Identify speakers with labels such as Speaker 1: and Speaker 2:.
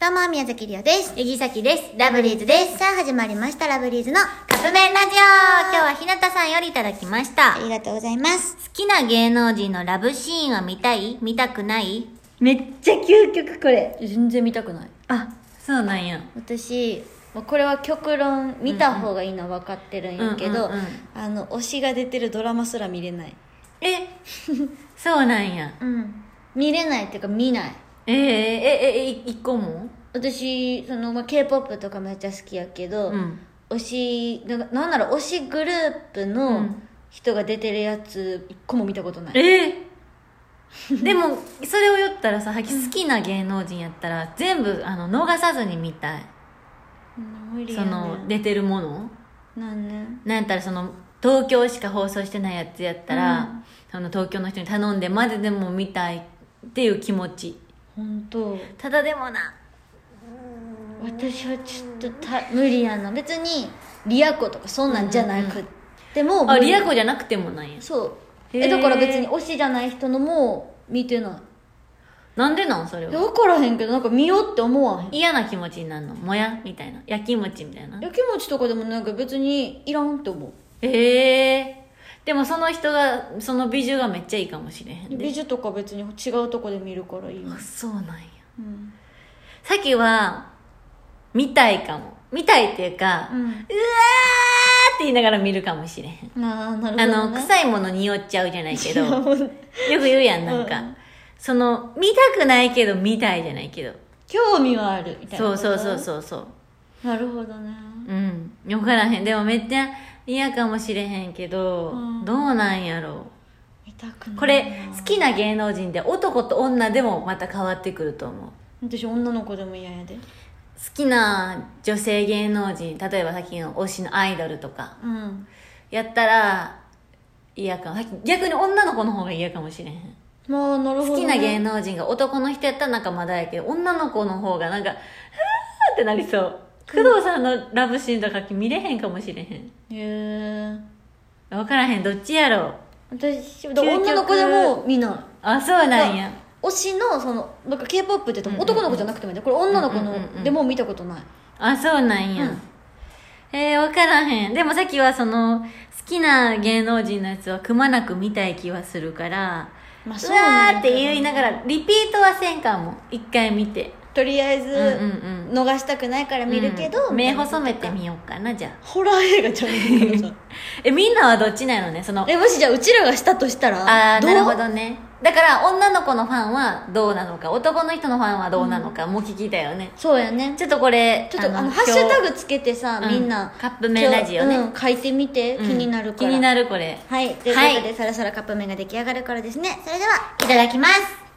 Speaker 1: どうも、宮崎りおです。
Speaker 2: えぎさきです。
Speaker 1: ラブリーズです。さあ、始まりました、ラブリーズの
Speaker 2: カップ麺ラジオ今日はひなたさんよりいただきました。
Speaker 1: あ
Speaker 2: 好
Speaker 1: りがとうございます。
Speaker 2: きな芸能人のラブシーンは見たい見たくない
Speaker 3: めっちゃ究極これ
Speaker 4: 全然見たくない
Speaker 3: あ
Speaker 2: そうなんや。
Speaker 3: 私まあこれは極論見た方がいいのは分かってるんやけど、
Speaker 2: うんうんうん
Speaker 3: あの推しが出てるドラマすら見れない
Speaker 2: え そうなんや。
Speaker 3: うん見れないっていうか見ない
Speaker 2: えー、え、え、え、一個も
Speaker 3: 私その、まあ、k p o p とかめっちゃ好きやけど、
Speaker 2: うん。
Speaker 3: 推しななんなら推しグループ
Speaker 2: う
Speaker 3: の
Speaker 2: ん
Speaker 3: 人が出てるやつ一個も見たことない、
Speaker 2: えーでも、それを言ったらさ、はき好きな芸能人やったら、全部、あの、逃さずに見たい。
Speaker 3: 無理
Speaker 2: そ
Speaker 3: やね
Speaker 2: の、出てるもの
Speaker 3: なんね
Speaker 2: なんやったらその東京しか放送してないやつやったら、その東京の人に頼んでまででも見たいっていう気持ち
Speaker 3: 本当
Speaker 2: ただでもな
Speaker 3: 私はちょっとた無理やな別にリアコとかそんなんじゃなくっても、
Speaker 2: あリアコじゃなくてもなんや
Speaker 3: そう
Speaker 2: へ
Speaker 3: え
Speaker 2: ー
Speaker 3: だから別に推しじゃない人のも見てな
Speaker 2: なんでなんそれ
Speaker 3: い
Speaker 2: は
Speaker 3: 分からへんけどなんか見ようって思わへん
Speaker 2: 嫌な気持ちになるのもやみたいなやきもちみたいな
Speaker 3: やきもちとかでもなんか別にいらんって思う
Speaker 2: ええでもその人がその美女がめっちゃいいかもしれへんで
Speaker 3: 美女とか別に違うとこで見るからいいよ
Speaker 2: あそうなんや
Speaker 3: うん
Speaker 2: さっきは見たいかも見たいっていうか、うわーって言いながら見るかもしれへん
Speaker 3: ああなるほ
Speaker 2: あ
Speaker 3: ど、ね、
Speaker 2: の、臭いもの匂っちゃうじゃないけど、 よく言うやん、なんか。
Speaker 3: うん
Speaker 2: その、見たくないけど、見たいじゃないけど。
Speaker 3: 興味はあるみたいな
Speaker 2: そうそうそう
Speaker 3: う
Speaker 2: そうそう。
Speaker 3: なるほどね
Speaker 2: うん。よからへん。でもめっちゃ嫌かもしれへんけど、
Speaker 3: うん
Speaker 2: どうなんやろ。
Speaker 3: 見たくないうな
Speaker 2: これ、好きな芸能人で男と女でもまた変わってくると思う。
Speaker 3: 私女の子でも嫌やで
Speaker 2: 好きな女性芸能人、例えばさっきの推しのアイドルとか、
Speaker 3: うん
Speaker 2: やったら嫌かも。さっき逆に女の子の方が嫌かもしれへん。
Speaker 3: まあなるほど、ね、
Speaker 2: 好きな芸能人が男の人やったらなんかまだやけど女の子の方がなんか「ふー」ってなりそう工藤さんのラブシーンとか見れへんかもしれへん
Speaker 3: へえ
Speaker 2: 分からへんどっちやろう
Speaker 3: 私だから女の子でも見ない
Speaker 2: あそうなんや
Speaker 3: 推しのそのなんか k p o p って言っても男の子じゃなくてもいいんだよこれ女の子
Speaker 2: うんうんうんう
Speaker 3: の
Speaker 2: ん
Speaker 3: でも見たことない
Speaker 2: あそうなんや、えー、分からへんでもさっきはその好きな芸能人のやつはくまなく見たい気はするから
Speaker 3: まあ
Speaker 2: う
Speaker 3: そうなん
Speaker 2: わー
Speaker 3: や
Speaker 2: っ
Speaker 3: け
Speaker 2: て
Speaker 3: ど
Speaker 2: 言いながらリピートはせんかも一回見て
Speaker 3: とりあえず
Speaker 2: うんうん
Speaker 3: 逃したくないから見るけど、
Speaker 2: うん
Speaker 3: みた
Speaker 2: 目
Speaker 3: いなことか
Speaker 2: 細めてみようかなじゃあ
Speaker 3: ホラー映画じゃんだか
Speaker 2: えみんなはどっちなのねその
Speaker 3: らえもしじゃあうちらがしたとしたら
Speaker 2: ああ
Speaker 3: ど
Speaker 2: な
Speaker 3: う
Speaker 2: るほどねだから女の子のファンはどうなのか男の人のファンはどうなのかも聞きたいよね、
Speaker 3: そうやね
Speaker 2: ちょっとこれ
Speaker 3: ちょっとあのハッシュタグつけてさ、
Speaker 2: 今日
Speaker 3: みんな
Speaker 2: うんカップ麺ラジオね
Speaker 3: 今日うん書いてみて、
Speaker 2: 今日
Speaker 3: 気になるから
Speaker 2: うん気になるこれ
Speaker 3: はいということで、
Speaker 2: は
Speaker 3: そろそろカップ麺が出来上がるからですね
Speaker 1: ね、それでは、いただきます。